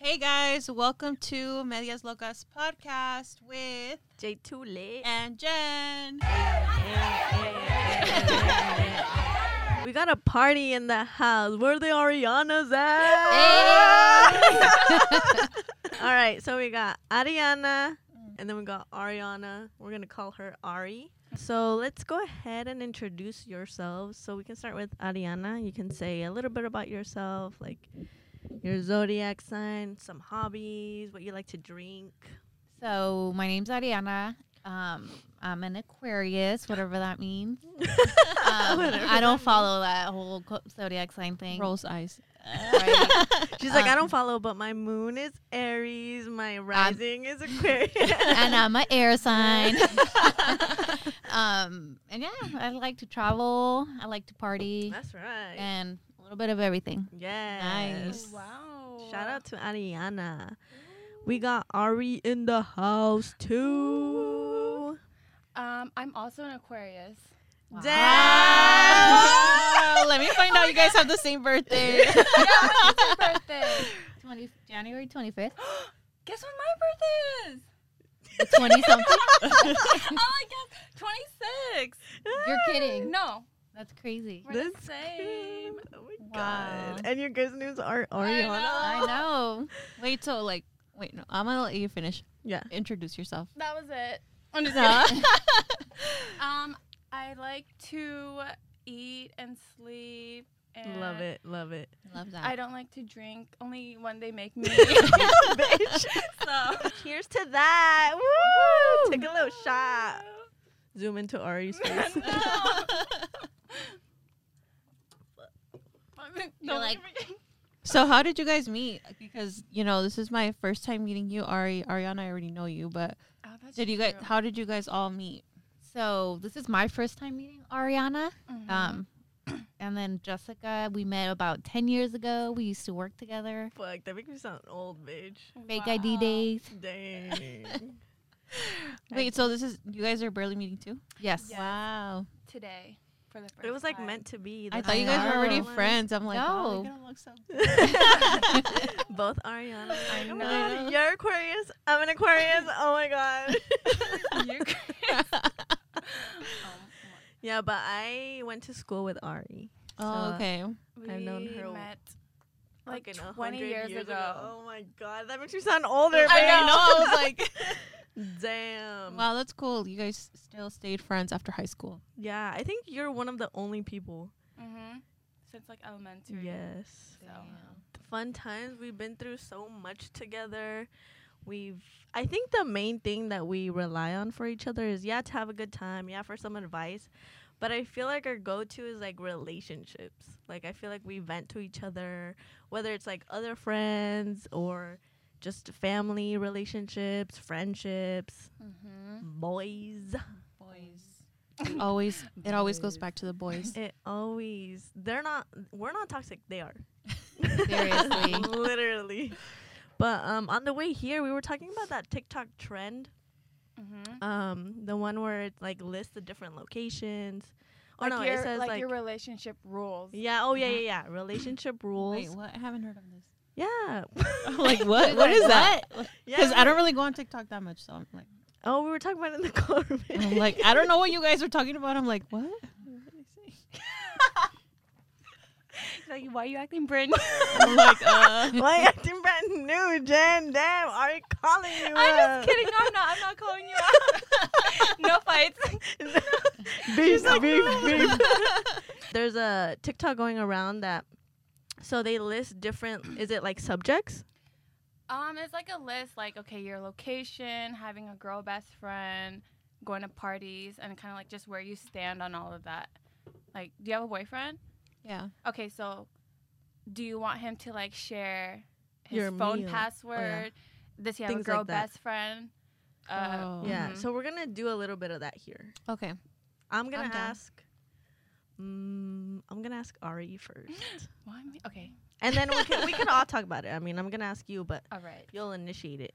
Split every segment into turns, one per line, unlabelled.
Hey guys, welcome to Medias Locas podcast with
J too late.
and Jen.
We got a party in the house. Where the Arianas at?
Hey.
All right, so we got Ariana, and then we got Ariana. We're gonna call her Ari. So let's go ahead and introduce yourselves. So we can start with Ariana. You can say a little bit about yourself, like your zodiac sign, some hobbies, what you like to drink.
So my name's Ariana. Um, I'm an Aquarius, whatever that means. Um,
Whatever
I
that
don't follow that whole co- zodiac sign thing.
Rolls eyes.
Right?
She's like, I
Um,
don't follow, but my moon is Aries, my rising is Aquarius.
Um, and I'm an air sign. um, and yeah, I like to travel. I like to party
That's right.
and a little bit of everything.
Yes.
Oh,
Nice.
Wow.
Shout out to Ariana. We got Ari in the house too.
Um, I'm also an Aquarius.
Wow.
Damn.
Let me find out you guys have the same birthday.
yeah, it's your birthday.
20, January 25th,
Guess when my birthday is?
the 20 something.
oh my god, 26.
You're kidding.
No,
That's crazy.
we're the
That's
same.
Oh my
Wow.
god. And your guys' names are
I
Ariana.
know.
Oh. wait till like wait no, I'm gonna let you finish.
Yeah.
Introduce yourself.
That was it. I'm just kidding. Um, I like to eat and sleep. And
Love it. Love it.
Love that.
I don't like to drink. Only when they make me.
Bitch.
so.
Cheers to that. Woo! Take a little shot. Zoom into Ari's face.
no.
You're
Don't
like-
make me-
So how did you guys meet? Because you know this is my first time meeting you, Ari. Ariana, I already know you, but
Oh, that's
did you guys?
true.
How did you guys all meet?
So this is my first time meeting Ariana.
Mhm.
Um, and then Jessica, we met about ten years ago. We used to work together.
Fuck, that makes me sound old, bitch.
Fake ID
Wow.
days.
Dang.
Wait, so this is you guys are barely meeting too?
Yes.
Yeah.
Wow.
today for the first
it was like
time.
meant to be.
I
That's
thought you guys were
how
already
it was.
friends. I'm like, oh,
No.
they're gonna look so
Both Ariana.
I
Oh my
know.
God, You're Aquarius. I'm an Aquarius. Oh my god. yeah, but I went to school with Ari.
Oh,
So,
okay.
I've known
We
her
met like
Fucking a
20
hundred
years, ago.
Oh my god, that makes you sound older.
I
babe.
know. Um,
I was like,
Damn.
wow, that's cool. You guys still stayed friends after high school.
Yeah, I think you're one of the only people.
Mm-hmm. Since like elementary.
Yes.
So.
fun times. We've been through so much together. We've I think the main thing that we rely on for each other is yeah, to have a good time, yeah, for some advice. But I feel like our go to is like relationships. Like I feel like we vent to each other, whether it's like other friends or just family relationships, friendships,
Mm-hmm.
boys.
Boys. always, it always goes back to the boys.
It always they're not we're not toxic, they are.
Seriously.
Literally. But um on the way here we were talking about that TikTok trend.
Mm-hmm.
Um the one where it like lists the different locations. Oh
like
no,
your,
it says
like,
like,
your relationship rules.
Yeah, oh yeah, yeah, yeah. Relationship rules.
Wait, what? I haven't heard of this.
Yeah.
like what? What is that? Because I don't really go on TikTok that much, so I'm like,
Oh, we were talking about it in the car.
I'm like, I don't know what you guys are talking about. I'm like, what?
Like, why are you acting brand new?
I'm like, uh,
Why acting brand new, Jen? Damn, are you calling you?
I'm
up?
just kidding. No, I'm not. I'm not calling you out. no fights.
beef, beef, beef. There's a TikTok going around that so they list different is it like subjects?
Um, it's like a list. Like, okay, your location, having a girl best friend, going to parties, and kind of like just where you stand on all of that. Like, do you have a boyfriend?
yeah.
Okay, so do you want him to like share his
Your
phone
meal. Oh,
password? Does he have
Things
a girl
like that.
best friend? Uh,
Oh.
Yeah.
Mhm.
So we're gonna do a little bit of that here.
Okay.
I'm gonna
I'm down.
ask. Mm, I'm gonna ask Ari first,
why me? Okay,
and then we can we can all talk about it. I mean, I'm gonna ask you, but
all right.
you'll initiate it.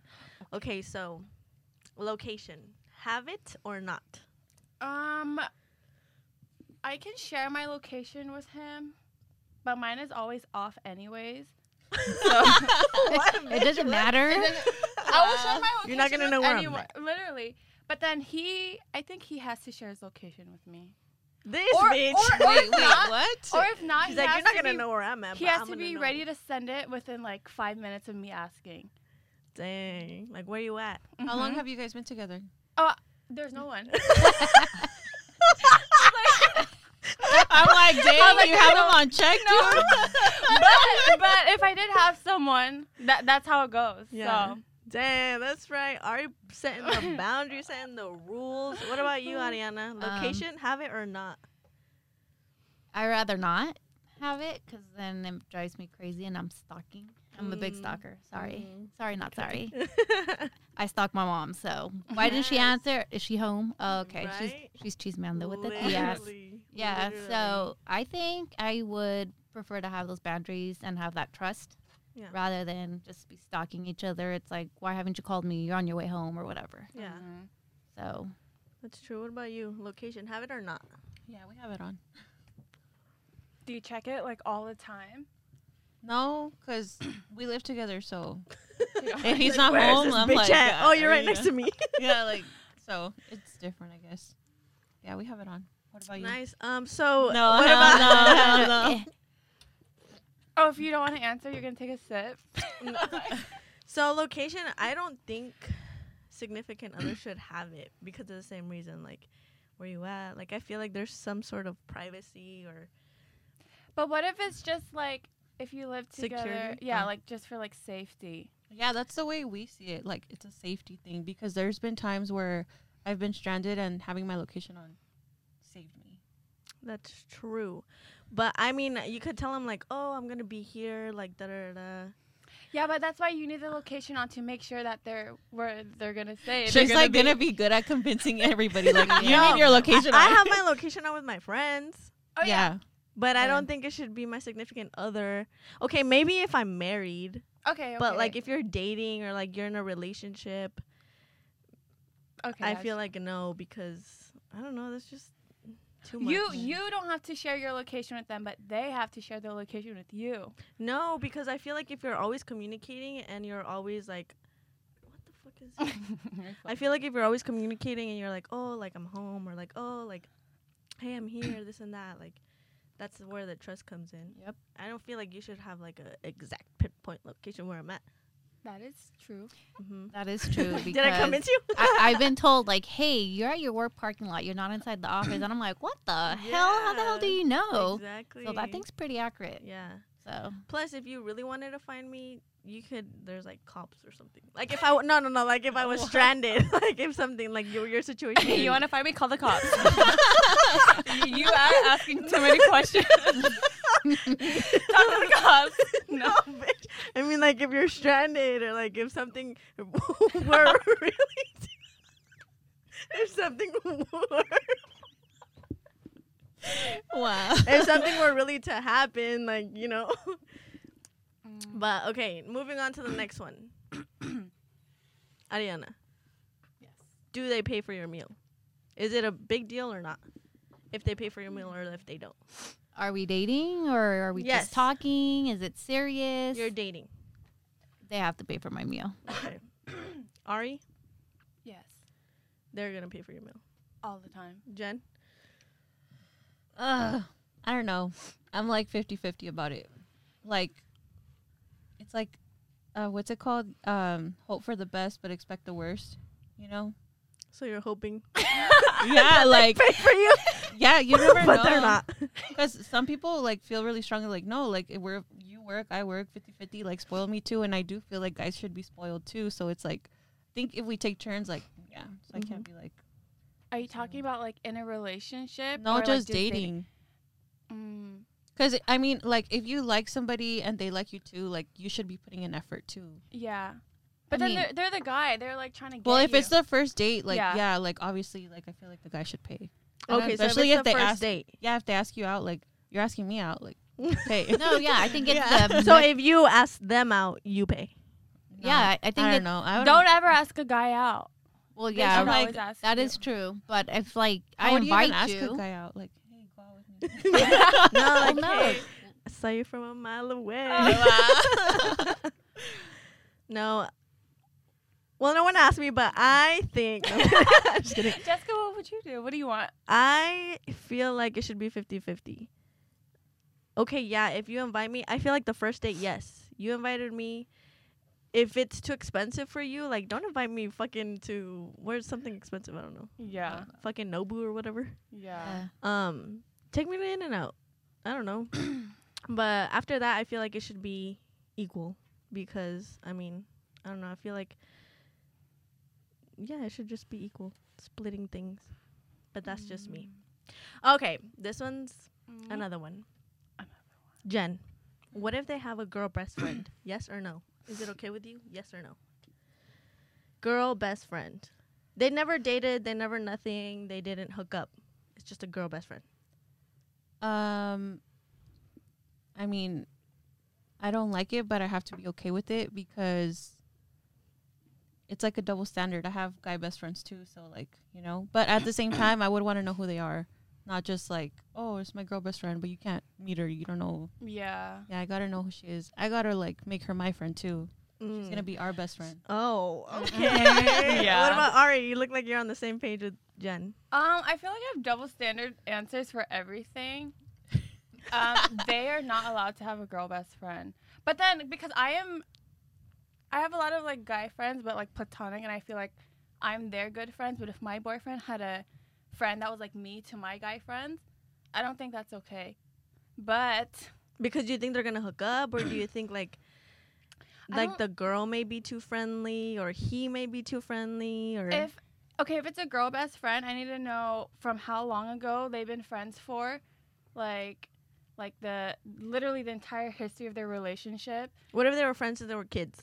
Okay. So, location, have it or not?
Um, I can share my location with him, but mine is always off anyways. So
it doesn't matter.
And then I will share my location.
You're not gonna know
with
where I'm
anyone, literally. But then he, I think he has to share his location with me.
This
Or-
bitch.
or-
wait, wait,
not-
what?
Or if not,
She's
he
like,
has
you're not
to
gonna
be,
know where I'm at.
He
but
has
I'm
to
gonna
be
know."
ready to send it within like five minutes of me asking.
Dang. Like, where you at?
Mm-hmm.
How long
Mhm.
have you guys been together?
There's no one.
I'm like, dang,
like,
you
I
have them
don't
on check,
No.
dude.
but, but if I did have someone, that that's how it goes.
Yeah.
So
Damn, that's right. Ari setting the boundaries, setting the rules. What about you, Ariana? Location, have it or not?
I rather not have it because then it drives me crazy and I'm stalking. I'm a big
Mm.
stalker. Sorry.
Mm.
Sorry, not sorry. I stalk my mom, so why didn't she
Yes.
answer? Is she home? Oh,
Mm,
okay,
Right?
she's she's cheese man though with the yes.
Literally,
Yeah,
literally.
so um, I think I would prefer to have those boundaries and have that trust
Yeah.
rather than just be stalking each other. It's like, why haven't you called me? You're on your way home or whatever.
Yeah,
Mhm.
So
that's true. What about you? Location, have it or not?
Yeah, we have it on.
Do you check it like all the time?
No, because we live together, so
Yeah.
if he's
Like,
not
where is
home,
this
I'm
bitch
like,
at?
yeah,
oh, you're
I mean,
right next to me.
Yeah, like so it's different, I guess. Yeah, we have it on. What about you?
nice. Um, so
No,
what
hell
about
no, hell no.
Eh,
Oh, if you don't want to answer, you're gonna take a sip.
So location, I don't think significant other should have it because of the same reason, like where you at. Like I feel like there's some sort of privacy or
but what if it's just like if you live together?
Security?
Yeah,
Oh.
like just for like safety.
Yeah, that's the way we see it. Like it's a safety thing because there's been times where I've been stranded and having my location on saved me.
that's true. But I mean, you could tell them like, oh, I'm gonna be here, like da da da. da.
Yeah, but that's why you need the location on to make sure that they're where they're gonna say.
She's
they're
like gonna be good at convincing everybody. Like you
No,
need your location.
I
on.
have my location out with my friends,
Oh yeah.
but I
Yeah.
don't think it should be my significant other. Okay, maybe if I'm married,
Oh, Okay,
but
okay.
like if you're dating or like you're in a relationship,
okay,
I
gotcha.
feel like no because I don't know. That's just too much.
you you don't have to share your location with them, but they have to share their location with you.
No, because I feel like if you're always communicating and you're always like, what the fuck is? this?" I feel like if you're always communicating and you're like, oh, like I'm home or like, oh, like, hey, I'm here, this and that, like, that's where the trust comes in.
Yep.
I don't feel like you should have like a exact pinpoint location where I'm at.
that is true.
hmm
That is true.
Did I
Mm-hmm. because
convince you?
I, I've been told like, "Hey, you're at your work parking lot. You're not inside the office," and I'm like, "What the hell? How the hell do
Yeah,
you know?"
exactly.
So that thing's pretty accurate.
Yeah.
So
Plus, if you really wanted to find me, you could. There's like cops or something. Like if I w- no no no. Like if I was
What?
stranded. Like if something like your your situation.
you want to find me? Call the cops. you are asking too many questions. Talk to the cops.
no, bitch. I mean, like if you're stranded or like if something were really. If something were,
wow.
if something were really to happen, like you know, but okay. Moving on to the next one, Ariana.
yes.
do they pay for your meal? Is it a big deal or not? If they pay for your meal or if they don't.
Are we dating or are we
Yes.
just talking? Is it serious?
You're dating.
they have to pay for my meal.
Okay. Ari,
Yes,
they're going to pay for your meal.
all the time.
Jen?
Ugh, I don't know. I'm like 50-50 about it. Like it's like uh, what's it called? Um, hope for the best but expect the worst. You know?
So you're hoping
Yeah, like
pay for you,
yeah, you never
but
know.
they're not.
because some people like feel really strongly like no like it- we're you work i work 50 50 like spoil me too and i do feel like guys should be spoiled too so it's like i think if we take turns like yeah so i can't be like
Are you talking about like in a relationship?
no
or, like,
just, dating
Mm.
because i mean like if you like somebody and they like you too like you should be putting an effort too
Yeah. But
I
then
mean-
they're, they're the guy. They're like trying to get
well if
you.
it's the first date like yeah.
Yeah.
like obviously like i feel like the guy should pay And
Okay, so
especially
if, it's
if
the
they
first
ask-
date.
yeah if they ask you out like you're asking me out like pay
No, yeah, I think it's
Yeah.
the
So
me-
if you ask them out, you pay.
yeah, I think
i don't
it's
know i would
Don't ever ask a guy out.
well,
They
yeah,
should
like,
always ask
that
you.
is true. But if like
how
I
would you even
invite
ask
you,
a guy out like hey go out with me
no, like,
no.
hey, saw you from a mile away.
Oh,
no. Well, no one asked me, but I think. I'm just kidding.
Jessica, what would you do? What do you want?
I feel like it should be 50 50. Okay, yeah, if you invite me, I feel like the first date, yes. You invited me. If it's too expensive for you, like, don't invite me fucking to where's something expensive? I don't know.
Yeah.
Fucking Nobu or whatever.
uh,
Yeah.
Um, take me to In and Out. I don't know. but after that, I feel like it should be equal because, I mean, I don't know. I feel like, yeah, it should just be equal, splitting things. But that's just me. Mm. Okay, this one's
Mm-hmm. Mm,
Another one. Jen, what if they have a girl best friend? yes or no? Is it okay with you? Yes or no? Girl best friend. They never dated, they never nothing, they didn't hook up. It's just a girl best friend.
Um, I mean, I don't like it, but I have to be okay with it because it's like a double standard. I have guy best friends too, so like you know. But at the same time, I would want to know who they are, not just like, oh, it's my girl best friend, but you can't meet her. You don't know.
Yeah.
Yeah, I gotta know who she is. I gotta like make her my friend too. She's gonna be our best friend.
Mm. oh, okay.
Yeah.
What about Ari? You look like you're on the same page with Jen.
Um, I feel like I have double standard answers for everything. Um, they are not allowed to have a girl best friend. But then because I am I have a lot of like guy friends but like platonic and I feel like I'm their good friends, but if my boyfriend had a friend that was like me to my guy friends, I don't think that's okay. But
Because you think they're gonna hook up, or do you think like,
I
like
don't-
the girl may be too friendly, or he may be too friendly, or
if okay, if it's a girl best friend, I need to know from how long ago they've been friends for. Like like the literally the entire history of their relationship.
what if they were friends since they were kids?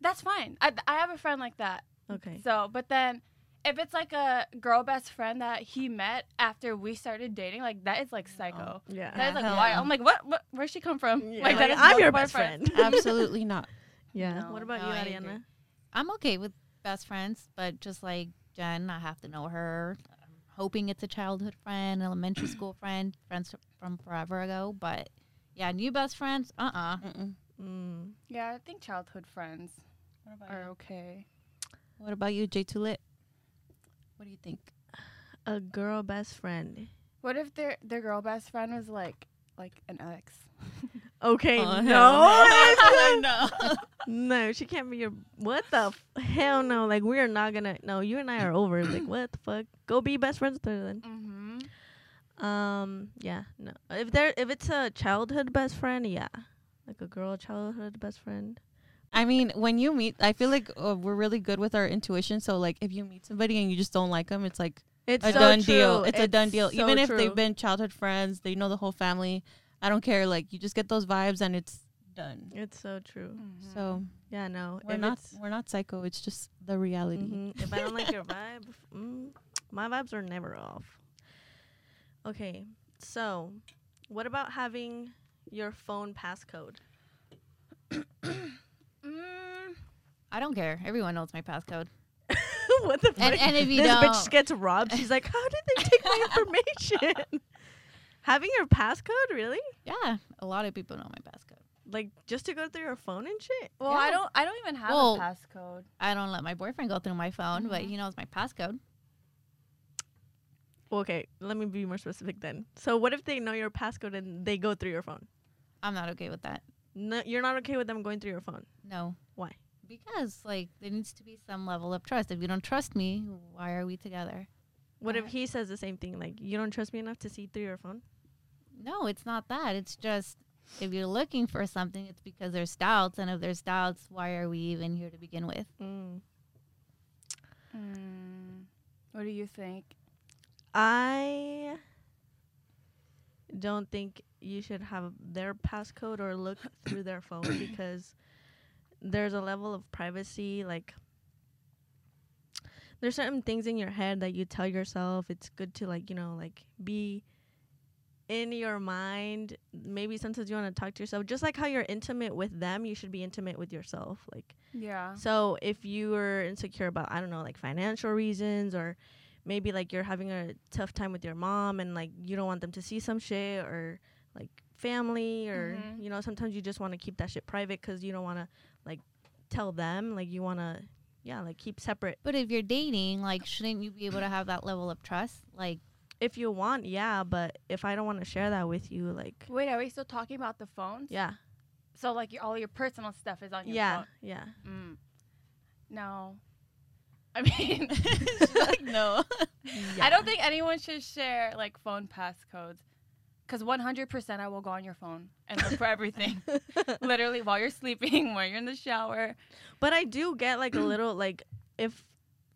That's fine. I, I have a friend like that.
Okay.
So, but then if it's like a girl best friend that he met after we started dating, like that is like psycho.
Yeah.
That is like
Yeah.
wild. I'm like, what? what where'd she come from?
Oh. Uh-huh. Yeah.
Like, that is
I'm
no
your best
boyfriend.
friend.
Absolutely not.
yeah.
No,
what about
no,
you,
I agree.
Ariana?
I'm okay with best friends, but just like Jen, I have to know her. I'm hoping it's a childhood friend, elementary school friend, friends from forever ago. But yeah, new best friends, uh uh
Mm-mm.
Mm.
Yeah, I think childhood friends
What about
are okay.
What about you, J Tulit? What do you think?
A girl best friend.
What if their their girl best friend was like like an ex?
Okay,
Oh,
no.
no.
no, she can't be your. What the f- hell? No, like we are not gonna. No, you and I are over. like what the fuck? Go be best friends with her then.
Mm-hmm.
Um, yeah, no. If there, if it's a childhood best friend, yeah, like a girl childhood best friend.
I mean, when you meet, I feel like uh, we're really good with our intuition. So, like, if you meet somebody and you just don't like them, it's like
It's
a
so
done
true.
deal. It's, a done deal.
so
Even if
true.
they've been childhood friends, they know the whole family. I don't care. Like, you just get those vibes and it's done.
It's so true.
So
Yeah, no.
we're
if
not
it's-
we're not psycho. Mm-hmm. It's Mm-hmm. just the reality.
Mhm. If I don't like your vibe, mm, my vibes are never off. Okay, so what about having your phone passcode?
Mm,
I don't care. Everyone knows my passcode.
what the fuck?
And, and if you
this
don't,
bitch just gets robbed. She's like, how did they take my information? having your passcode, really?
yeah, a lot of people know my passcode.
Like just to go through your phone and shit?
well, I
Yeah.
don't I don't even have
Well,
a passcode.
I don't let my boyfriend go through my phone, but
Mm-hmm.
Mhm.
he knows my passcode.
Okay, let me be more specific then. So what if they know your passcode and they go through your phone?
I'm not okay with that.
No, you're not okay with them going through your phone.
No.
Why?
Because like there needs to be some level of trust. If you don't trust me, why are we together?
What if
Right.
he says the same thing? Like, you don't trust me enough to see through your phone?
No, it's not that. It's just if you're looking for something, it's because there's doubts, and if there's doubts, why are we even here to begin with?
Mm.
Mm, what do you think?
I don't think you should have their passcode or look through their phone because there's a level of privacy. Like, there's certain things in your head that you tell yourself. It's good to, like, you know, like be in your mind. Maybe sometimes you want to talk to yourself. Just like how you're intimate with them, you should be intimate with yourself. Like,
Yeah.
So if you were insecure about I don't know like financial reasons or maybe like you're having a tough time with your mom and like you don't want them to see some shit or like family or
Mhm.
you know sometimes you just want to keep that shit private because you don't want to like tell them like you want to yeah like keep separate
But if you're dating, like, shouldn't you be able to have that level of trust? Like,
if you want yeah but if i don't want to share that with you like
Wait, are we still talking about the phones?
yeah
So like your, all your personal stuff is on your
yeah
phone.
yeah
Mm. No. I mean,
like, no.
I don't think anyone should share like phone passcodes. Cause 100% I will go on your phone and look for everything. Literally while you're sleeping, while you're in the shower.
But I do get like a little like if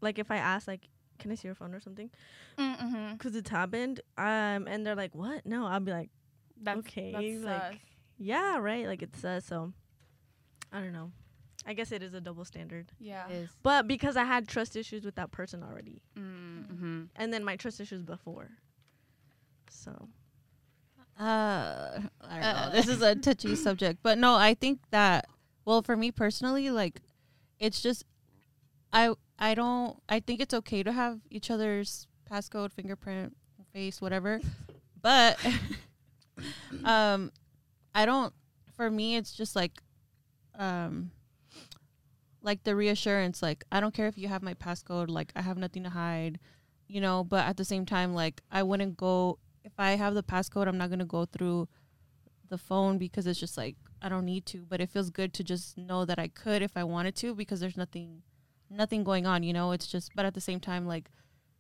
like if I ask like can I see your phone or something
Mm-hmm.
because it's happened um and they're like what no I'll be like
That's
Okay,
That's
like-
sus.
yeah right like it says so I don't know I guess it is a double standard
yeah.
is
but because I had trust issues with that person already
Mm-hmm.
and then my trust issues before so
Uh, I don't
Uh.
know. This is a touchy subject, but no, I think that well, for me personally, like it's just I I don't I think it's okay to have each other's passcode, fingerprint, face, whatever, but um, I don't. For me, it's just like um. Like the reassurance, like I don't care if you have my passcode, like I have nothing to hide, you know. But at the same time, like I wouldn't go if I have the passcode, I'm not gonna go through the phone because it's just like I don't need to. But it feels good to just know that I could if I wanted to because there's nothing, nothing going on. You know, it's just. But at the same time, like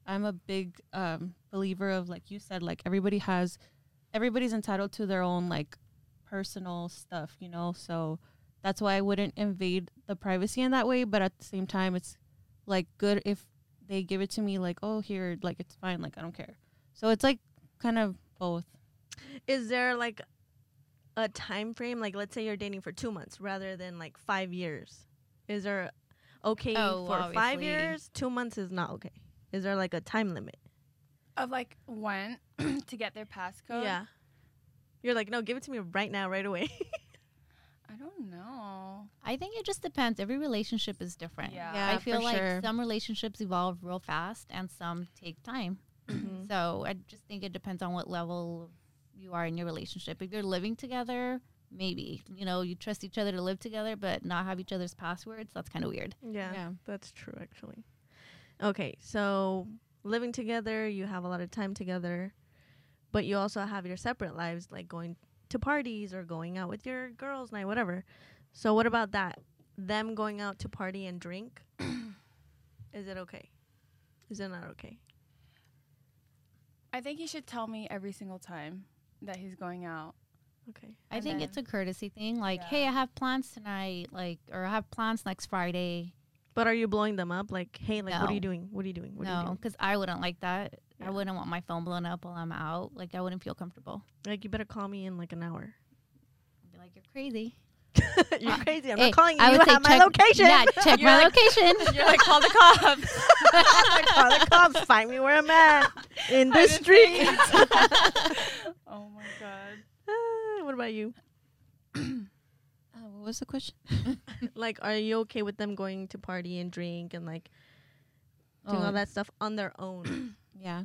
I'm a big um, believer of like you said, like everybody has, everybody's entitled to their own like personal stuff. You know, so that's why I wouldn't invade the privacy in that way. But at the same time, it's like good if they give it to me like oh here like it's fine like I don't care. So it's like kind of both.
is there like a time frame like let's say you're dating for two months rather than like five years is there okay
Oh,
for five
obviously.
years two months is not okay is there like a time limit
Of like when to get their passcode.
you're like no give it to me right now right away
I don't know.
I think it just depends. Every relationship is different.
Yeah.
I feel
for
like
sure.
some relationships evolve real fast and some take time. So I just think it depends on what level you are in your relationship. If you're living together, maybe, you know, you trust each other to live together but not have each other's passwords, that's kind of weird.
yeah,
Yeah.
that's true actually okay so living together you have a lot of time together but you also have your separate lives like going to parties or going out with your girls night whatever so what about that them going out to party and drink is it okay is it not okay
I think he should tell me every single time that he's going out.
okay
I
And
think
then-
it's a courtesy thing. Like,
Yeah.
hey, I have plans tonight, like, or I have plans next Friday.
but are you blowing them up like hey like what are you
No.
doing what are you doing what are you
No,
doing
because I wouldn't like that.
Yeah.
I wouldn't want my phone blown up while I'm out. Like, I wouldn't feel comfortable.
like you better call me in like an hour
I'd be like, you're crazy.
you're
Uh,
crazy i'm
Hey,
not calling you
I
you
would say
have my
check-
location
Yeah, check
You're
my
like-
location.
You're like, call the cops.
call the cops. Find me where I'm at in the
Private
street.
oh my god.
Ah, what about you?
Uh, what was the question?
Like, are you okay with them going to party and drink and like doing all that stuff on their own?
Yeah,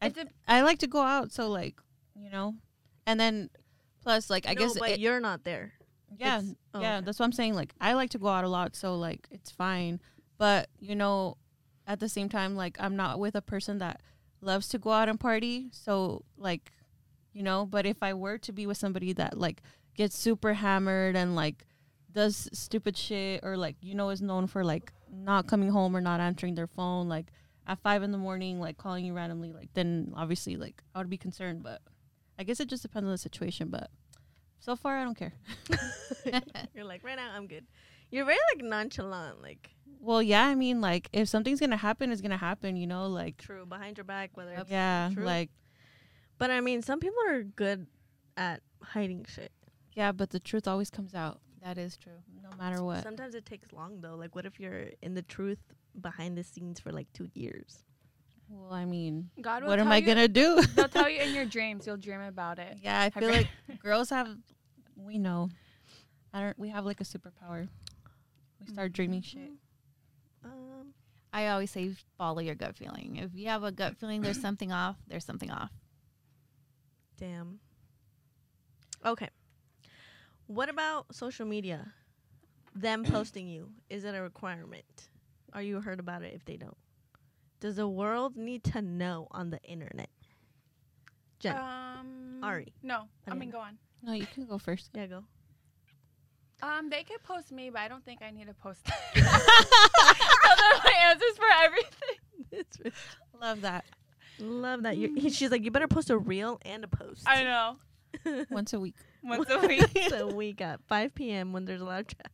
I
I,
did-
I like to go out, so like you know, and then plus like I
No,
guess
but
it,
you're not there.
yeah
it's- oh,
yeah
okay.
that's what I'm saying. Like I like to go out a lot, so like it's fine. But you know, at the same time, like I'm not with a person that loves to go out and party, so like you know. But if I were to be with somebody that like gets super hammered and like does stupid shit or like you know is known for like not coming home or not answering their phone like at five in the morning like calling you randomly like then obviously like i would be concerned but i guess it just depends on the situation but so far i don't care
You're like, right now I'm good. You're very like nonchalant, like
well yeah i mean like if something's gonna happen it's gonna happen you know like
true behind your back, whether. it's-
yeah
True.
like
But I mean, some people are good at hiding shit.
yeah but the truth always comes out
that is true.
no matter what
Sometimes it takes long though. Like, what if you're in the truth behind the scenes for like two years?
well i mean
God will
what am
tell
i
you-
gonna do
They'll tell you in your dreams. You'll dream about it.
yeah i
Have
feel
you-
like girls have we know i don't we have like a superpower we start dreaming shit
Um,
I always say follow your gut feeling. If you have a gut feeling there's something off, there's something off.
damn. Okay. What about social media? Them posting you is it a requirement? Are you heard about it if they don't? Does the world need to know on the internet? Jen,
Um,
Ari.
No, I
Okay.
mean go on.
No, you can go first.
yeah, go.
Um, they could post me, but I don't think I need to post. them. so they're my answers for everything.
It's really-
Love that.
Love that you. He, she's like, you better post a reel and a post.
I know.
Once a week.
Once a week.
so we got 5 p.m. when there's a lot of traffic.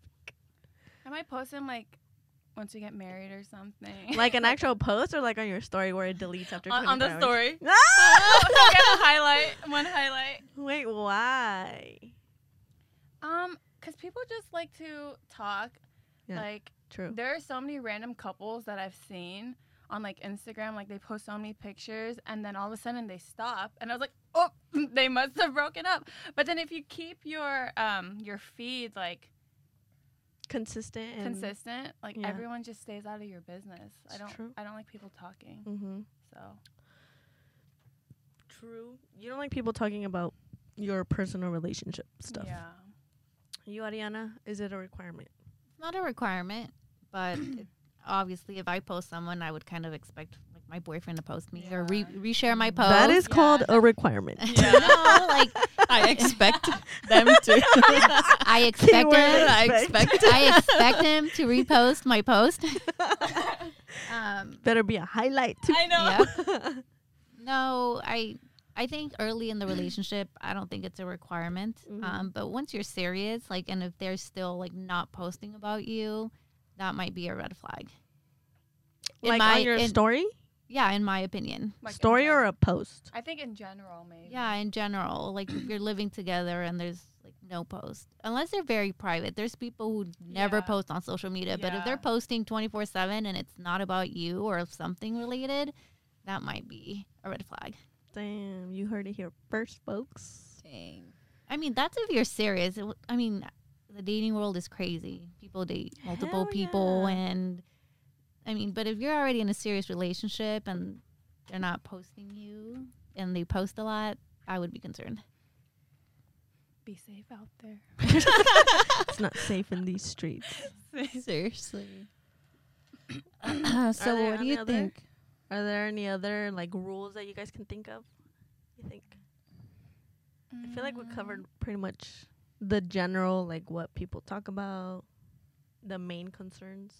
I might post them like once we get married or something.
Like an actual post or like on your story where it deletes after
on,
24
on the
hours?
story.
Ah!
So we get a highlight. One highlight.
Wait, why?
Um, cause people just like to talk.
Yeah.
Like
True.
there are so many random couples that I've seen on like Instagram. Like they post so many pictures, and then all of a sudden they stop, and I was like, oh, they must have broken up. But then if you keep your um your feed like
Consistent. And
consistent, like
yeah.
everyone just stays out of your business. I
It's
don't.
true.
I don't like people talking.
Mm-hmm.
So
True. You don't like people talking about your personal relationship stuff.
yeah.
You, Ariana, is it a requirement?
not a requirement, but it, obviously, if I post someone, I would kind of expect like my boyfriend to post me or re-
Yeah.
reshare my post.
that is
yeah,
called a
that's-
requirement.
Yeah.
you know, like
I expect them to.
I expect him.
Keyword
I
expect.
expect. I expect him to repost my post. um,
Better be a highlight.
I
yeah. No, I. I think early in the relationship, I don't think it's a requirement.
Mhm.
Um, but once you're serious, like, and if they're still like not posting about you, that might be a red flag. In
Like
my-
on your
in-
story?
Yeah, in my opinion.
Like, in
story or
general.
a post?
I think in general maybe.
Yeah, in general, like if you're living together and there's like no post, unless they're very private. There's people who never
Yeah.
post on social media, but if
Yeah.
they're posting 24 7 and it's not about you or something related, that might be a red flag.
Damn, you heard it here first, folks.
Dang.
I mean, that's if you're serious. It w- I mean, the dating world is crazy. People date multiple
Hell
people,
yeah.
and I mean, but if you're already in a serious relationship and they're not posting you and they post a lot, I would be concerned.
Be safe out there.
It's not safe in these streets.
Seriously.
Are
so
there
what do
any
you
other-
think?
Are there any other like rules that you guys can think of? You think? I feel like
Mm.
we covered pretty much the general, like what people talk about, the main concerns.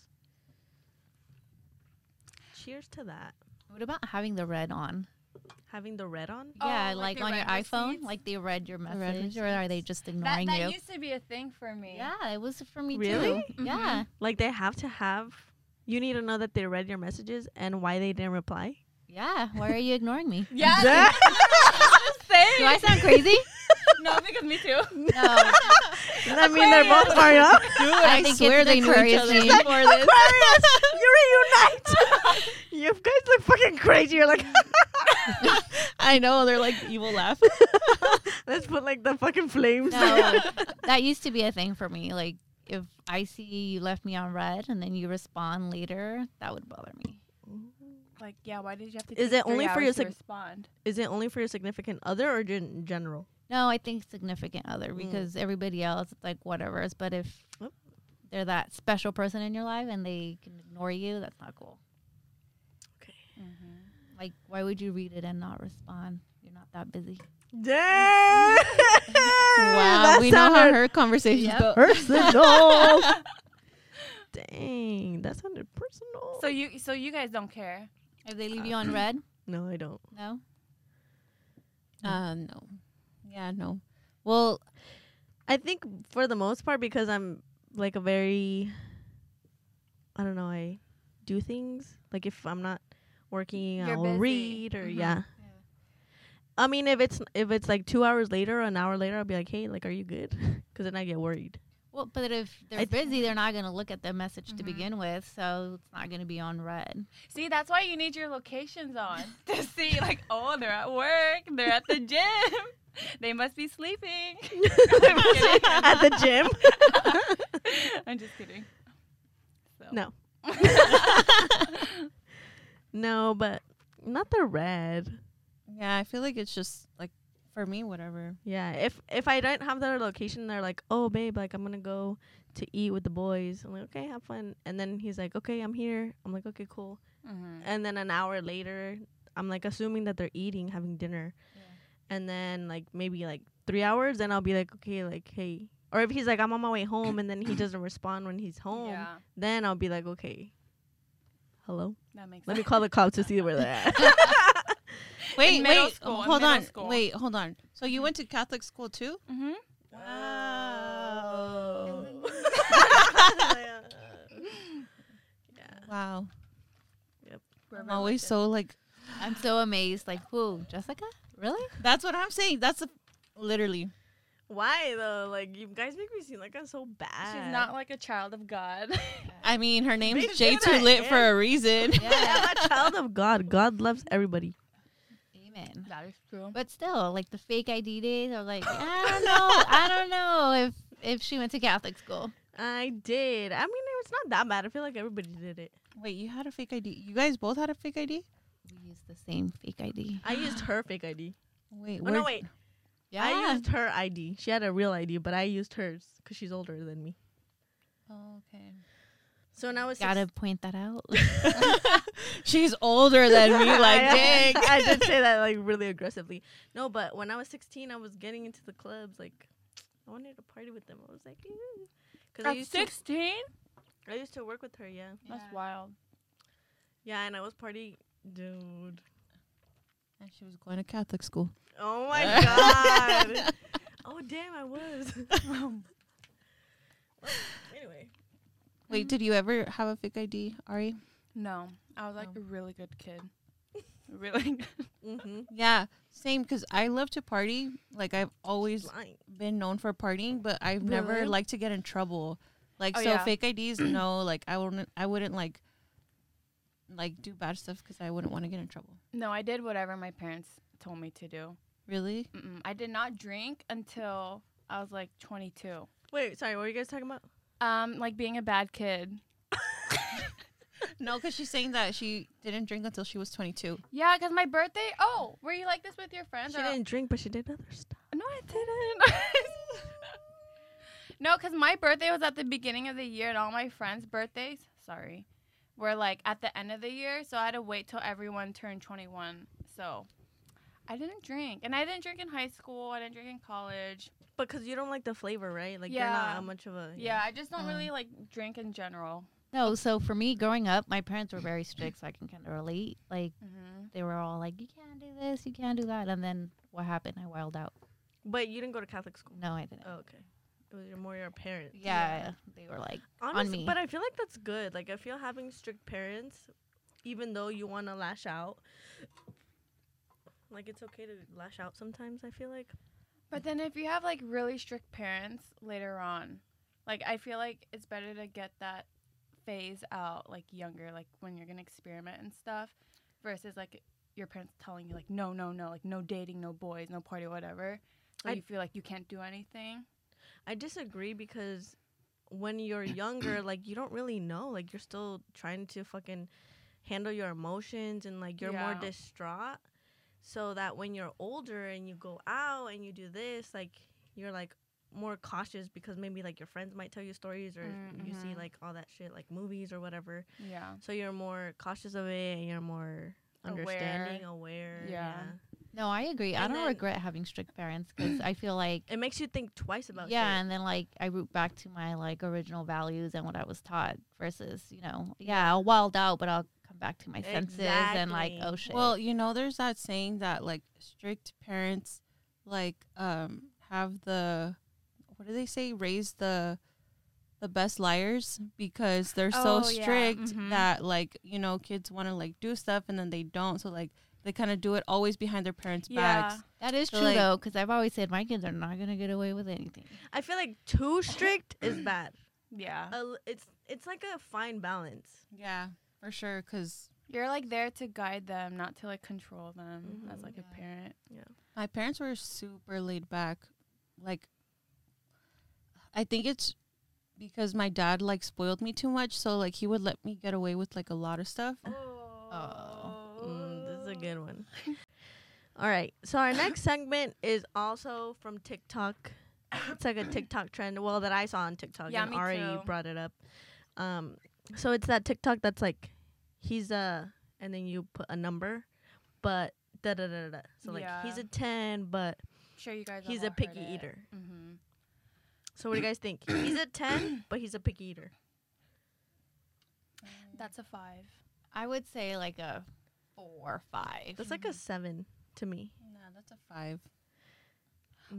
Cheers to that.
What about having the red on?
Having the red on?
Oh,
yeah,
like
like,
they
on your
read
iPhone,
receipts?
like they read your
read
message, or are they just
that,
ignoring
that
you?
used to be a thing for me.
yeah, it was for me
Really?
too. Yeah,
Like they have to have. You need to know that they read your messages and why they didn't reply.
yeah. Why are you ignoring me?
Yeah.
Yeah.
Do I sound crazy?
no, because me too.
No,
I mean, they're both Mario.
I, think swear they know each other.
before this.
Aquarius, you reunite. you guys look fucking crazy. You're like,
I know they're like evil laugh.
let's put like the fucking flames.
No, that used to be a thing for me. Like if I see you left me on red and then you respond later, that would bother me.
Like, yeah, why did you have to?
Is
take
it only
three
for your
hours to
sig-
respond?
Is it only for your significant other or gen- in general?
No, I think significant other
Mm.
because everybody else it's like whatever's. But if
Oop.
they're that special person in your life and they can ignore you, that's not cool. Mm-hmm.
Okay.
Like why would you read it and not respond? You're not that busy.
Damn.
Wow,
wow,
we know how her conversations
Yep.
go.
personal. Dang, that sounded personal.
So you, so you guys don't care.
If they leave you on red,
no, I don't.
no.
Uh, no. Yeah, no. Well,
I think for the most part because I'm like a very I don't know, I do things. Like if I'm not working
You're
I will
busy.
read or
Mhm.
yeah. I mean if it's if it's like two hours later or an hour later I'll be like, Hey, like are you good? Because then I get worried.
Well, but if they're
I th-
busy, they're not going to look at the message to
Mm-hmm.
Mhm.
begin with, so it's not going to be on red.
See, that's why you need your locations on to see. Like, oh, they're at work. They're at the gym. They must be sleeping. I'm kidding.
At the gym.
I'm just kidding. So.
No. No, but not the red.
yeah, I feel like it's just like for me, whatever.
Yeah, if if I don't have their location, they're like, "Oh, babe, like I'm gonna go to eat with the boys." I'm like, "Okay, have fun." And then he's like, "Okay, I'm here." I'm like, "Okay, cool."
Mm-hmm.
And then an hour later, I'm like assuming that they're eating, having dinner, and then like maybe like three hours, then I'll be like, "Okay, like hey." Or if he's like, "I'm on my way home," and then he doesn't respond when he's home,
Yeah,
then I'll be like, "Okay, hello,
that makes
let me
sense.
call the cops to see where they're at."
Wait,
middle
wait,
school, in
hold
middle
on.
school.
Wait, hold on. So you went to Catholic school too?
Mm-hmm.
Wow.
yeah.
Wow.
We're
I'm always so like
I'm so amazed. Like, whoa, Jessica? Really?
that's what I'm saying. That's a, literally.
Why though? Like you guys make me seem like I'm so bad.
She's not like a child of God.
I mean, her name's
Bitch,
J
you're
Too
the
Lit for a reason.
Yeah.
I'm a child of God. God loves everybody.
Amen.
that is true.
But still, like the fake ID days are like, I don't know. I don't know if if she went to Catholic school.
I did. I mean, it's not that bad. I feel like everybody did it.
Wait, you had a fake ID. You guys both had a fake ID.
We used the same fake ID.
I used her fake ID.
Wait,
Oh, no,
where-
wait. I used her ID. She had a real ID, but I used hers because she's older than me.
Oh, okay.
So when I was
Gotta point that out.
She's older than me. Like,
I,
dang.
I did say that like really aggressively. No, but when I was 16, I was getting into the clubs. Like, I wanted to party with them. I was like, because I
At
used to,
sixteen,
I used to work with her. Yeah,
that's wild.
yeah, and I was party, dude.
And she was going to Catholic school.
Oh my god. Oh damn, I was. anyway,
Wait, did you ever have a fake ID, Ari?
No, I was like
No.
a really good kid. really. good.
mm-hmm.
Yeah, same. Cause I love to party. Like I've always
lying.
been known for partying, but I've never
Really?
liked to get in trouble. Like
Oh,
so,
yeah.
fake IDs. no, like I wouldn't. I wouldn't like like do bad stuff because I wouldn't want to get in trouble.
No, I did whatever my parents told me to do.
Really?
Mm-mm. I did not drink until I was like 22.
Wait, sorry, what were you guys talking about?
Um, like being a bad kid.
No, because she's saying that she didn't drink until she was 22.
Yeah, cause my birthday. Oh, were you like this with your friends?
She
or-
didn't drink, but she did other stuff.
No, I didn't. no, because my birthday was at the beginning of the year, and all my friends' birthdays, sorry, were like at the end of the year. So I had to wait till everyone turned 21. So I didn't drink. And I didn't drink in high school, I didn't drink in college.
But because you don't like the flavor, right? Like
Yeah.
you're not much of a
Yeah, I just don't
Um.
really like drink in general.
No, so for me growing up, my parents were very strict, so I can kind of relate. Like
Mm-hmm.
they were all like, "You can't do this, you can't do that," and then what happened? I wild out.
But you didn't go to Catholic school.
No, I didn't.
Oh, okay. It was your, more your parents.
yeah, they were like,
Honestly,
me.
but I feel like that's good. Like I feel having strict parents, even though you want to lash out, like it's okay to lash out sometimes. I feel like.
But then if you have like really strict parents later on, like I feel like it's better to get that phase out like younger, like when you're gonna experiment and stuff, versus like your parents telling you like no, no, no, like no dating, no boys, no party, whatever. So
I-
you feel like you can't do anything.
I disagree because when you're younger, like you don't really know. Like you're still trying to fucking handle your emotions and like you're more
Yeah.
distraught. So that when you're older and you go out and you do this, like you're like more cautious because maybe like your friends might tell you stories or you see
Mhm.
like all that shit like movies or whatever.
Yeah.
So you're more cautious of it and you're more
Aware.
understanding, aware.
Yeah.
"No, I agree. I
And
don't
then-
regret having strict parents because I feel like."
It makes you think twice about
yeah,
shit.
and then like I root back to my like original values and what I was taught versus, you know, yeah, I'll wild out, but I'll come back to my senses and like,
Exactly.
oh shit.
Well, you know, there's that saying that like strict parents like um have the what do they say raise the the best liars because they're so
Oh, yeah.
strict
Mhm.
that like you know kids want to like do stuff and then they don't so like they kind of do it always behind their parents
Yeah.
backs
that is
so,
true
like-
though, because I've always said my kids are not gonna get away with anything.
I feel like too strict is bad.
Yeah.
a l- it's it's like a fine balance.
yeah for sure because
You're like there to guide them, not to like control them as
Mhm.
like a
Yeah.
parent.
My parents were super laid back. Like, I think it's because my dad like spoiled me too much, so like he would let me get away with like a lot of stuff.
Oh.
Mm, this is a good one. All right. So our next segment is also from TikTok. It's like a TikTok trend. Well, that I saw on TikTok.
Yeah,
and
me
Ari
too.
brought it up. Um, so it's that TikTok that's like, he's a, and then you put a number, but da da da da. da. So like he's
Yeah.
a ten, but
sure you guys.
he's a picky eater.
Mm-hmm.
So what do you guys think? he's a ten, but he's a picky eater.
That's a five.
I would say like a four, five.
That's like
Mm-hmm.
a seven to me.
Nah, that's a five.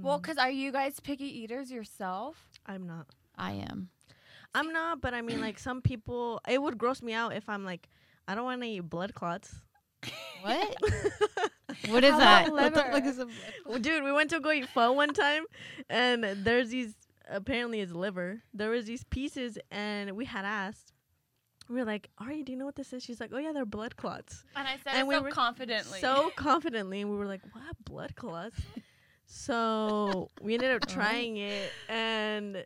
Well,
Mm,
because are you guys picky eaters yourself?
I'm not.
I am.
I'm not, but I mean, like some people, it would gross me out if I'm like, I don't want to eat blood clots.
What? what is
How
that?
about
What the
liver?
fuck is a
Well, dude, we went to go eat pho one time, and there's these apparently it's liver. There was these pieces, and we had asked. We were like, Ari, do you know what this is? She's like, Oh yeah, they're blood clots.
And I said
And
it
we
so
were
confidently.
So confidently, and we were like, What blood clots? so we ended up
Alright.
trying it, and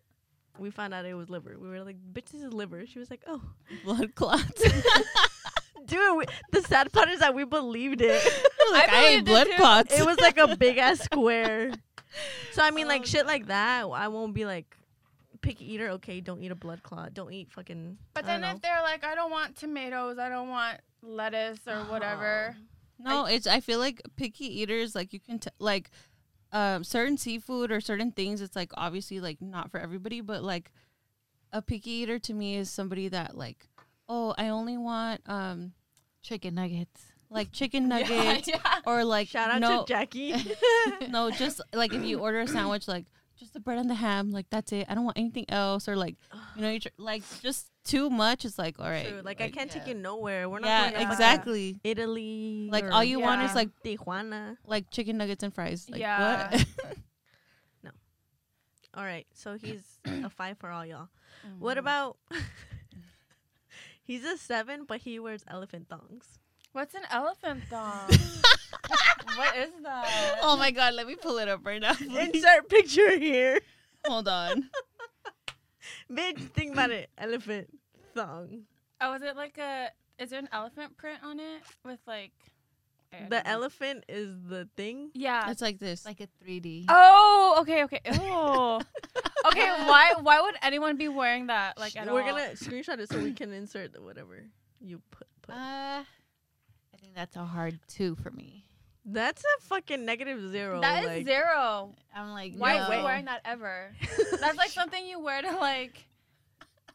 we found out it was liver. We were like, Bitch, this is liver. She was like, Oh,
blood clots?
dude. We, the sad part is that we believed it.
like, I,
believed
ate
it
blood
too.
clots.
it was like a big ass square. So I mean,
Oh,
like shit like that. I won't be like picky eater. Okay, don't eat a blood clot. Don't eat fucking.
but
I don't
then if
know.
they're like, I don't want tomatoes, I don't want lettuce or whatever.
No, it's. I feel like picky eaters, like you can, t- like, um, certain seafood or certain things. It's like obviously like not for everybody, but like a picky eater to me is somebody that like, oh, I only want um
Chicken nuggets.
like chicken nuggets
yeah.
or like
shout out
no,
to Jackie.
no, just like if you order a sandwich, like just the bread and the ham, like that's it. I don't want anything else, or like you know, you tr- like just too much. It's like all right,
True. Like I can't take
yeah.
you nowhere. We're not
yeah,
going to fucking
exactly.
Italy.
Like
or
all you want
Yeah.
is like
Tijuana.
like chicken nuggets and fries. Like,
Yeah.
What?
All right, so he's a five for all y'all.
Mm-hmm.
What
Mm.
about? he's a seven, but he wears elephant thongs.
What's an elephant thong? what is that?
oh my god, let me pull it up right now. please.
Insert picture here.
Hold on.
Bitch, think about it. Elephant thong.
Oh, is it like a? Is there an elephant print on it with like? I don't
The
know.
elephant is the thing.
Yeah.
It's like this.
Like a 3D.
Oh, okay, okay. Ew. okay, why why would anyone be wearing that? Like,
Sh-
at
we're
all?
gonna screenshot it so we can insert the whatever you put. put.
Uh, I think that's a hard two for me.
That's a fucking negative zero.
That is
like,
zero.
I'm like,
Why
no.
are you wearing that ever? That's like something you wear to like,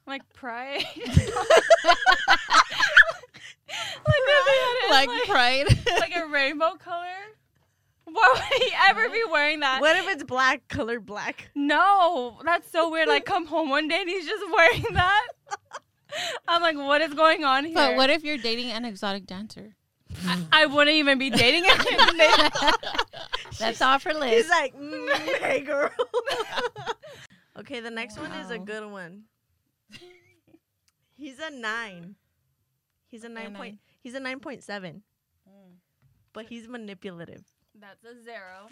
like pride. like, pride.
Like
Like, like,
pride.
like a rainbow color. Why would he ever be wearing that?
What if it's black? Colored black.
No, that's so weird. Like, come home one day and he's just wearing that. I'm like, what is going on here?
but what if you're dating an exotic dancer?
I wouldn't even be dating him.
That's all for
He's
Liz.
like, mm, hey girl. okay, the next one is a
Wow.
good one. He's a nine. He's a nine point.
nine.
He's a nine point seven. But he's manipulative.
That's a zero.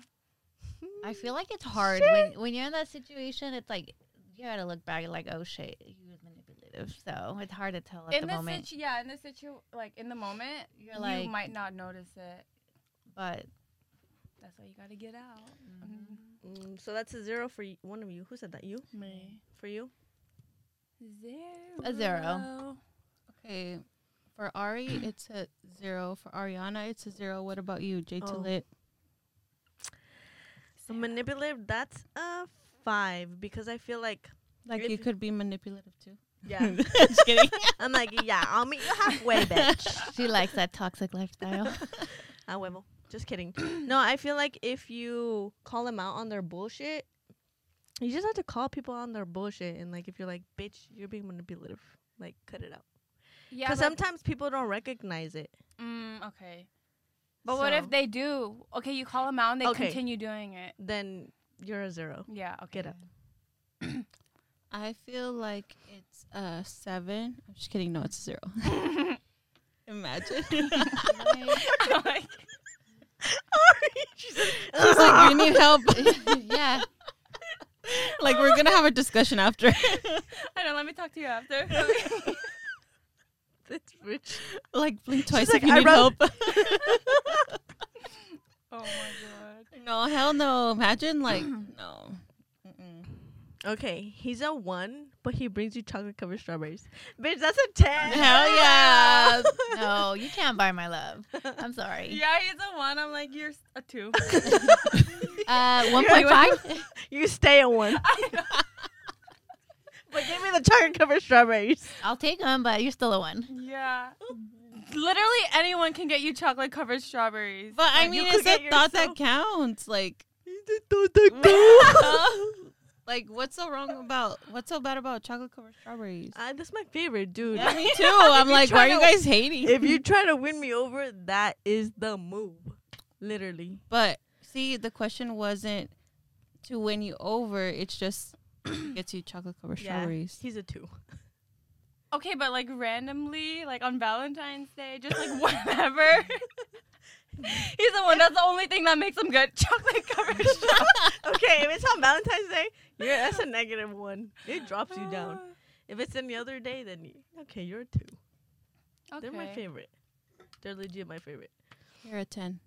I feel like it's hard when when you're in that situation. It's like you gotta look back and like, oh shit, he was manipulative. So it's hard to tell at
in
the, moment.
situ- yeah, in the situ, like in the moment, you're
like-
you might not notice it.
but
That's why you gotta get out. Mm-hmm.
Mm, so that's a zero for y- one of you. Who said that? You?
Me.
For you?
Zero.
A zero.
Okay. For Ari, it's a zero. For Ariana, it's a zero. What about you, J
Oh.
Tulit?
So manipulative, that's a five because I feel like
Like
If-
you could be manipulative too.
yeah.
Just kidding.
I'm like, yeah, I'll meet you halfway, bitch.
she likes that toxic lifestyle.
I will. Just kidding. No, I feel like if you call them out on their bullshit, you just have to call people on their bullshit and like if you're like, bitch, you're being manipulative. Like cut it out.
Yeah.
Because
but-
sometimes people don't recognize it.
mm, okay. But what
So-
if they do? Okay, you call them out and they
Okay.
continue doing it.
Then you're a zero.
Yeah. Okay.
Get up.
I feel like it's a seven. I'm just kidding. No, it's a zero. Imagine.
I'm like,
She's like, you need help.
yeah,
like, we're going to have a discussion after.
I know. Let me talk to you after.
That's rich.
like, blink twice
like,
if you
I
need
wrote-
help.
oh my
No, hell no. Imagine like no. Mm-mm.
Okay, he's a one, but he brings you chocolate covered strawberries. Bitch, that's a ten.
Hell yeah. no, you can't buy my love. I'm sorry.
Yeah, he's a one. I'm like, you're s- a two.
Uh,
right.
1.5.
you stay a one. but give me the chocolate covered strawberries.
I'll take them, but you're still a one.
yeah. Literally anyone can get you chocolate covered strawberries.
But I
Yeah, you
mean,
could
it's a
get
thought that
yourself-
counts. Like, like what's so wrong about what's so bad about chocolate covered strawberries?
Uh, that's my favorite, dude.
Yeah, me too. I'm
you
like, why are
try
you
to-
guys hating?
if you try to win me over, that is the move. Literally.
But see, the question wasn't to win you over. It's just gets you chocolate covered strawberries.
He's a two.
Okay, but like randomly, like on Valentine's Day, just like whatever. He's the one. That's the only thing that makes him good. Chocolate covered strawberries.
Okay, if it's on Valentine's Day, yeah, that's a negative one. Uh. It drops you down. If it's any other day, then you, okay, you're a two.
Okay.
They're my favorite. They're legit my favorite.
You're a ten.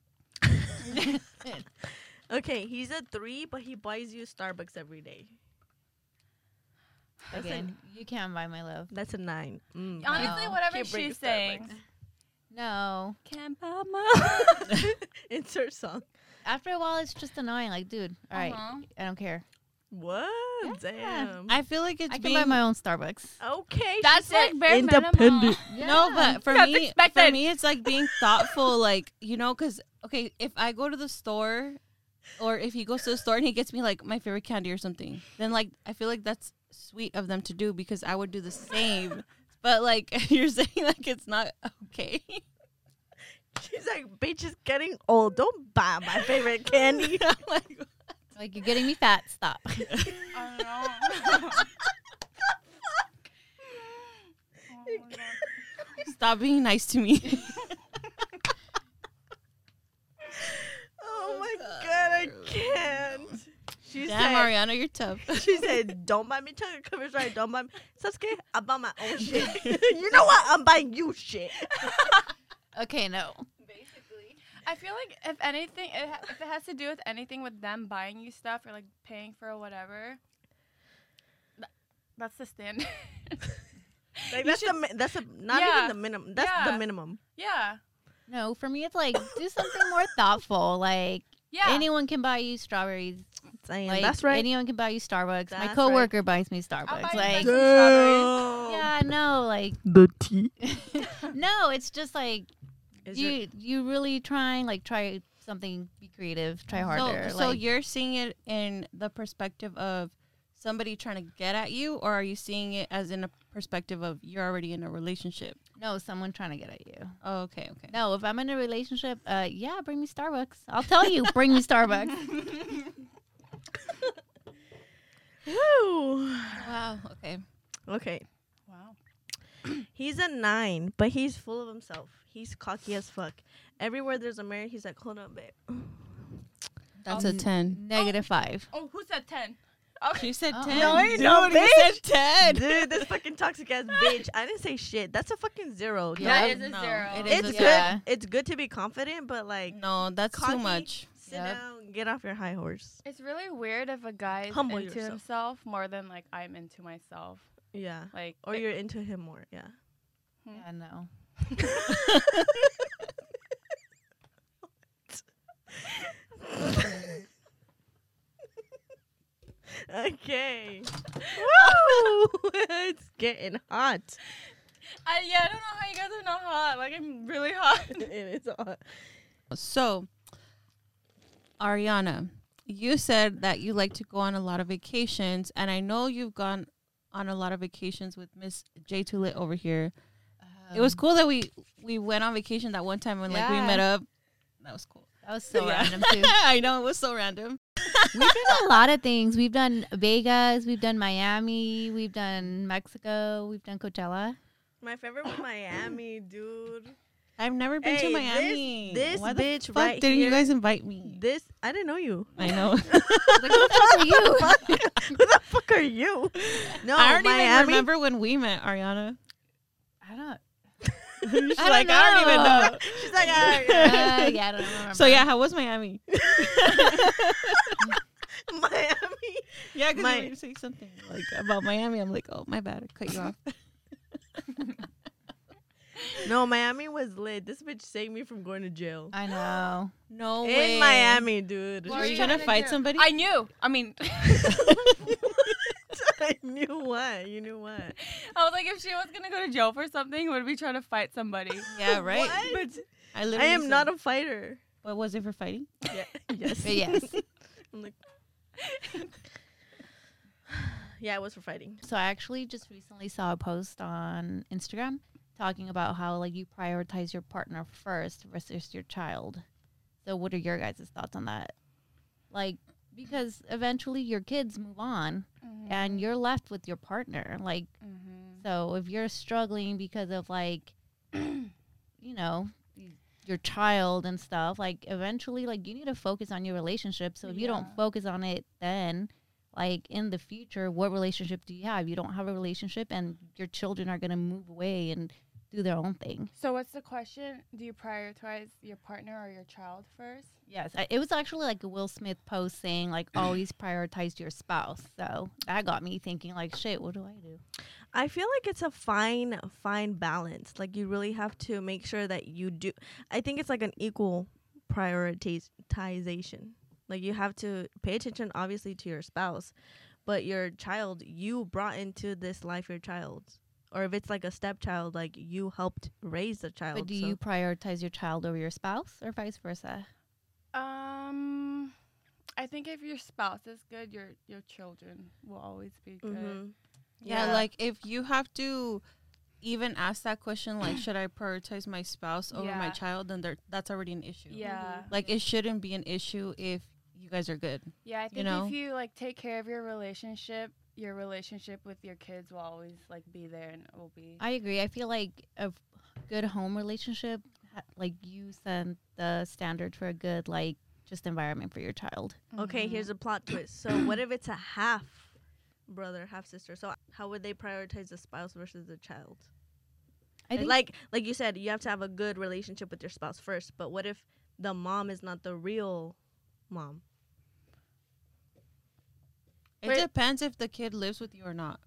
Okay, he's a three, but he buys you Starbucks every day. That's a,
Again, you can't buy my love.
that's a nine. Mm.
Honestly,
No.
whatever
Can't bring
she's
the Starbucks.
saying.
No.
Can't buy my.
Insert song.
After a while, it's just annoying. Like, dude, all right,
Uh-huh.
I don't care.
What? Damn.
I feel like it's
Um, I can
being
buy my own Starbucks.
okay. she
That's
said
like bare minimum.
No, but for
That's
me, for
expected.
me, it's like being thoughtful. like you know, because okay, if I go to the store, or if he goes to the store and he gets me like my favorite candy or something, then like I feel like that's sweet of them to do because I would do the same. but like you're saying, like it's not okay.
She's like, bitch is getting old. Don't buy my favorite candy.
Oh
I'm like,
Like, you're getting me fat. Stop.
I don't know. Oh my God.
Stop being nice to me.
oh my god, I can't. She
Damn,
said,
Mariana, you're tough.
she said, don't buy me chocolate covers right. Don't buy me. Sasuke, I buy my own shit. you know what? I'm buying you shit.
Okay, no.
basically. I feel like if anything, it ha- if it has to do with anything with them buying you stuff or like paying for whatever, tha- that's the standard.
Like
You
that's the
should-
mi- that's a not
Yeah.
even the minimum. That's the
Yeah.
minimum.
yeah,
No, for me, it's like, do something more thoughtful. Like,
yeah.
anyone can buy you strawberries.
Damn,
Like,
that's right.
Anyone can buy you Starbucks.
That's
My
right.
coworker buys me Starbucks.
buy you
Like,
Starbucks.
yeah, no, like,
The tea.
no, it's just like, you you really trying like try something be creative try harder
So, so
like,
you're seeing it in the perspective of somebody trying to get at you, or are you seeing it as in a perspective of you're already in a relationship?
no someone trying to get at you
Oh, okay, okay.
no if i'm in a relationship uh yeah bring me starbucks i'll tell you bring me starbucks
Woo.
Wow. Okay.
Okay.
wow.
He's a nine, but he's full of himself. He's cocky as fuck. Everywhere there's a mirror, he's like, hold up, babe.
That's a ten.
negative five
Oh, who said ten?
She
Okay.
said
Oh.
ten.
No,
I know,
Nobody
bitch.
said ten.
Dude, this fucking toxic ass bitch. I didn't say shit. That's a fucking zero.
Yeah,
that
I-
is a
no,
zero.
it is
it's
a
good.
zero.
Yeah.
It's good to be confident, but like,
No, that's
Cocky.
too much.
sit
Yep.
down, get off your high horse.
It's really weird if a guy is
Humble
into
yourself.
himself more than like I'm into myself.
Yeah.
Like,
Or you're into him more. Yeah.
yeah no
Okay. Woo! it's getting hot.
I yeah, I don't know how you guys are not hot. Like I'm really hot.
It is hot.
So, Ariana, you said that you like to go on a lot of vacations, and I know you've gone on a lot of vacations with Miss J Tulit over here. it was
Um,
cool that we we went on vacation that one time and like we
Yeah.
met up. That was cool.
that was so
Yeah.
random too
I know it was so random.
we've done a lot of things we've done vegas we've done miami we've done mexico we've done coachella
My favorite was Miami, dude.
I've never been to
Hey, this-
Miami.
this
Why the
bitch
fuck
right
didn't
here-
you guys invite me?
This I didn't know you.
I know.
like, who the fuck are you
Who the fuck are you? No,
I don't
Miami.
even remember when we met, Ariana.
i don't
She's
I don't
like, I don't even know.
She's like, "Ah, yeah."
Uh, yeah, I don't remember.
So yeah, how was Miami?
Miami.
Yeah, because
My-
you were saying something like about Miami. I'm like, oh my bad, I cut you off.
No, Miami was lit. This bitch saved me from going to jail.
I know.
No
In Miami, dude.
Were you gonna fight somebody?
I knew. I mean,
I knew what. You knew what.
I was like, if she was gonna go to jail for something, would be trying to fight somebody.
yeah, right.
What?
I literally.
I am
said,
not a fighter.
What was it for fighting?
Yes.
But yes.
I'm like, yeah, it was for fighting.
So I actually just recently saw a post on Instagram talking about how like you prioritize your partner first versus your child. So what are your guys' thoughts on that? Like because eventually your kids move on
Mm-hmm.
Mm-hmm.
and you're left with your partner. Like so if you're struggling because of like you know your child and stuff, like eventually like you need to focus on your relationship. So if you don't
Yeah.
focus on it then like in the future what relationship do you have you don't have a relationship and your children are going to move away and do their own thing
So what's the question? Do you prioritize your partner or your child first?
yes I, it was actually like a will smith post saying like always prioritize your spouse so that got me thinking like shit what do i do
I feel like it's a fine, fine balance. Like you really have to make sure that you do. I think it's like an equal prioritization. Like you have to pay attention, obviously, to your spouse, but your child, you brought into this life your child, or if it's like a stepchild, like you helped raise the child.
but do
so-
you prioritize your child over your spouse or vice versa
Um, I think if your spouse is good, your your children will always be good.
Mhm.
Mm-hmm. Yeah. like if you have to even ask that question, like, should I prioritize my spouse over my
Yeah.
child? Then there, that's already an issue.
Yeah.
Like it shouldn't be an issue if you guys are good.
Yeah, I think
know?
if you like take care of your relationship, your relationship with your kids will always like be there and it will be.
i agree i feel like a f- good home relationship ha- like you send the standard for a good like just environment for your child
Mm-hmm.
Okay,
Mm-hmm.
here's a plot twist. So what if it's a half brother, half sister? So how would they prioritize the spouse versus the child?
i think
like like you said, you have to have a good relationship with your spouse first. But what if the mom is not the real mom?
It
Wait.
depends if the kid lives with you or not.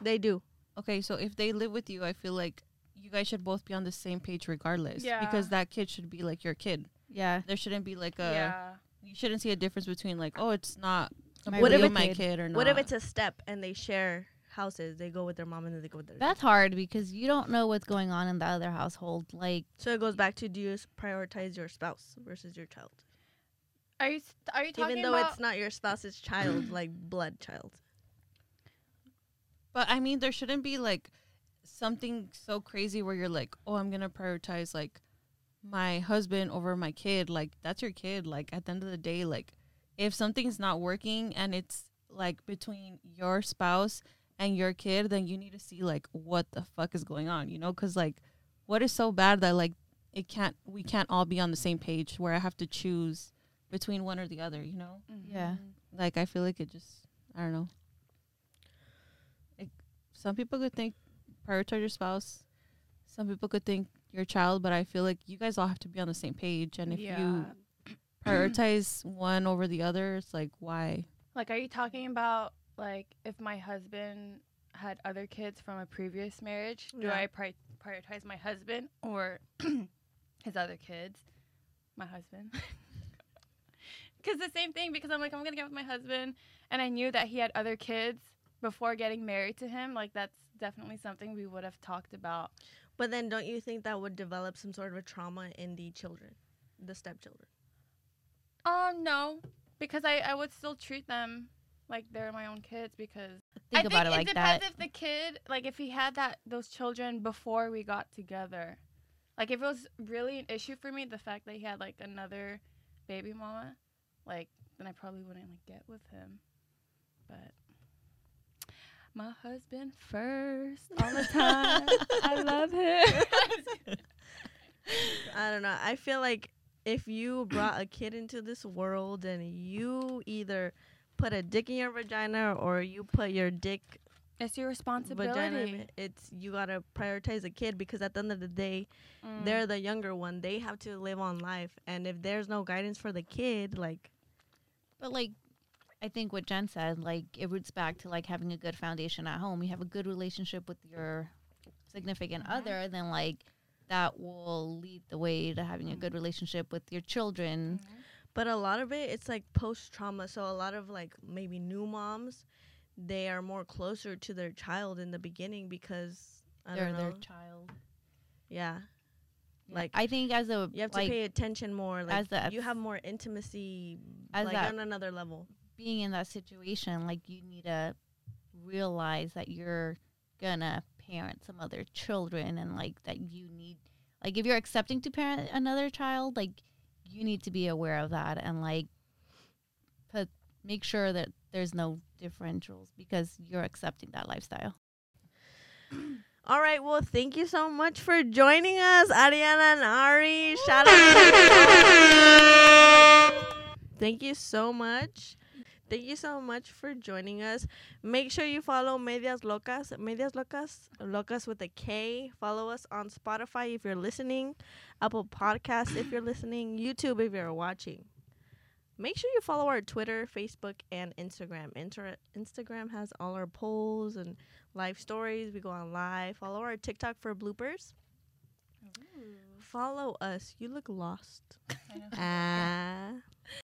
They do.
Okay, so if they live with you, I feel like you guys should both be on the same page regardless. Because
Yeah.
that kid should be like your kid.
yeah
There shouldn't be like a
yeah.
you shouldn't see a difference between like, oh, it's not
My
what if
real
it's my
kid.
kid or not.
What if it's a step and they share houses? They go with their mom and then they go with their.
That's hard because you don't know what's going on in the other household. Like,
so it goes back to do you s- prioritize your spouse versus your child,
Are you s- are you talking
even though
about?
it's not your spouse's child, like blood child.
But I mean, there shouldn't be like something so crazy where you're like, oh, I'm gonna prioritize like my husband over my kid. Like that's your kid. Like at the end of the day, like if something's not working and it's like between your spouse and your kid, then you need to see like what the fuck is going on. You know, because like what is so bad that like it can't we can't all be on the same page where I have to choose between one or the other. You know,
Mm-hmm.
yeah,
like I feel like it just I don't know. Like some people could think prioritize your spouse. Some people could think your child, but I feel like you guys all have to be on the same page and if you prioritize one over the other, it's like why?
Like, are you talking about like if my husband had other kids from a previous marriage? Do
Yeah.
I pri- prioritize my husband or his other kids? My husband. Because the same thing. Because I'm like, I'm gonna get with my husband, and I knew that he had other kids before getting married to him. Like, that's definitely something we would have talked about.
But then, don't you think that would develop some sort of a trauma in the children, the stepchildren?
Um, no, because I I would still treat them like they're my own kids because.
think
I think
about it like
depends
that.
if the kid, like, if he had that those children before we got together, like, if it was really an issue for me, the fact that he had like another baby mama, like, then I probably wouldn't like get with him. But my husband first all the time. I love him.
I don't know. I feel like if you brought a kid into this world and you either put a dick in your vagina or you put your dick
It's your responsibility.
vagina. It's you gotta prioritize a kid because at the end of the day,
Mm.
they're the younger one. They have to live on life, and if there's no guidance for the kid, like
But like, I think what Jen said, like, it roots back to like having a good foundation at home. You have a good relationship with your significant other, then like that will lead the way to having a good relationship with your
Mm-hmm.
children.
Mm,
but a lot of it it's like post trauma so a lot of like maybe new moms they are more closer to their child in the beginning because i
Their
don't know
their child.
yeah like
I think as a
you have to
like
pay attention more like
as a-
you have more intimacy
as
like
a-
on another level
being in that situation, like you need to realize that you're gonna parent some other children and like that you need like if you're accepting to parent another child, like you need to be aware of that and like put make sure that there's no differentials because you're accepting that lifestyle.
all right well thank you so much for joining us ariana and ari shout out thank you so much thank you so much for joining us make sure you follow medias locas medias locas locas with a k follow us on spotify if you're listening apple Podcasts if you're listening youtube if you're watching make sure you follow our twitter facebook and instagram Inter- instagram has all our polls and live stories we go on live follow our tiktok for bloopers follow us you look lost
I know.
Ah.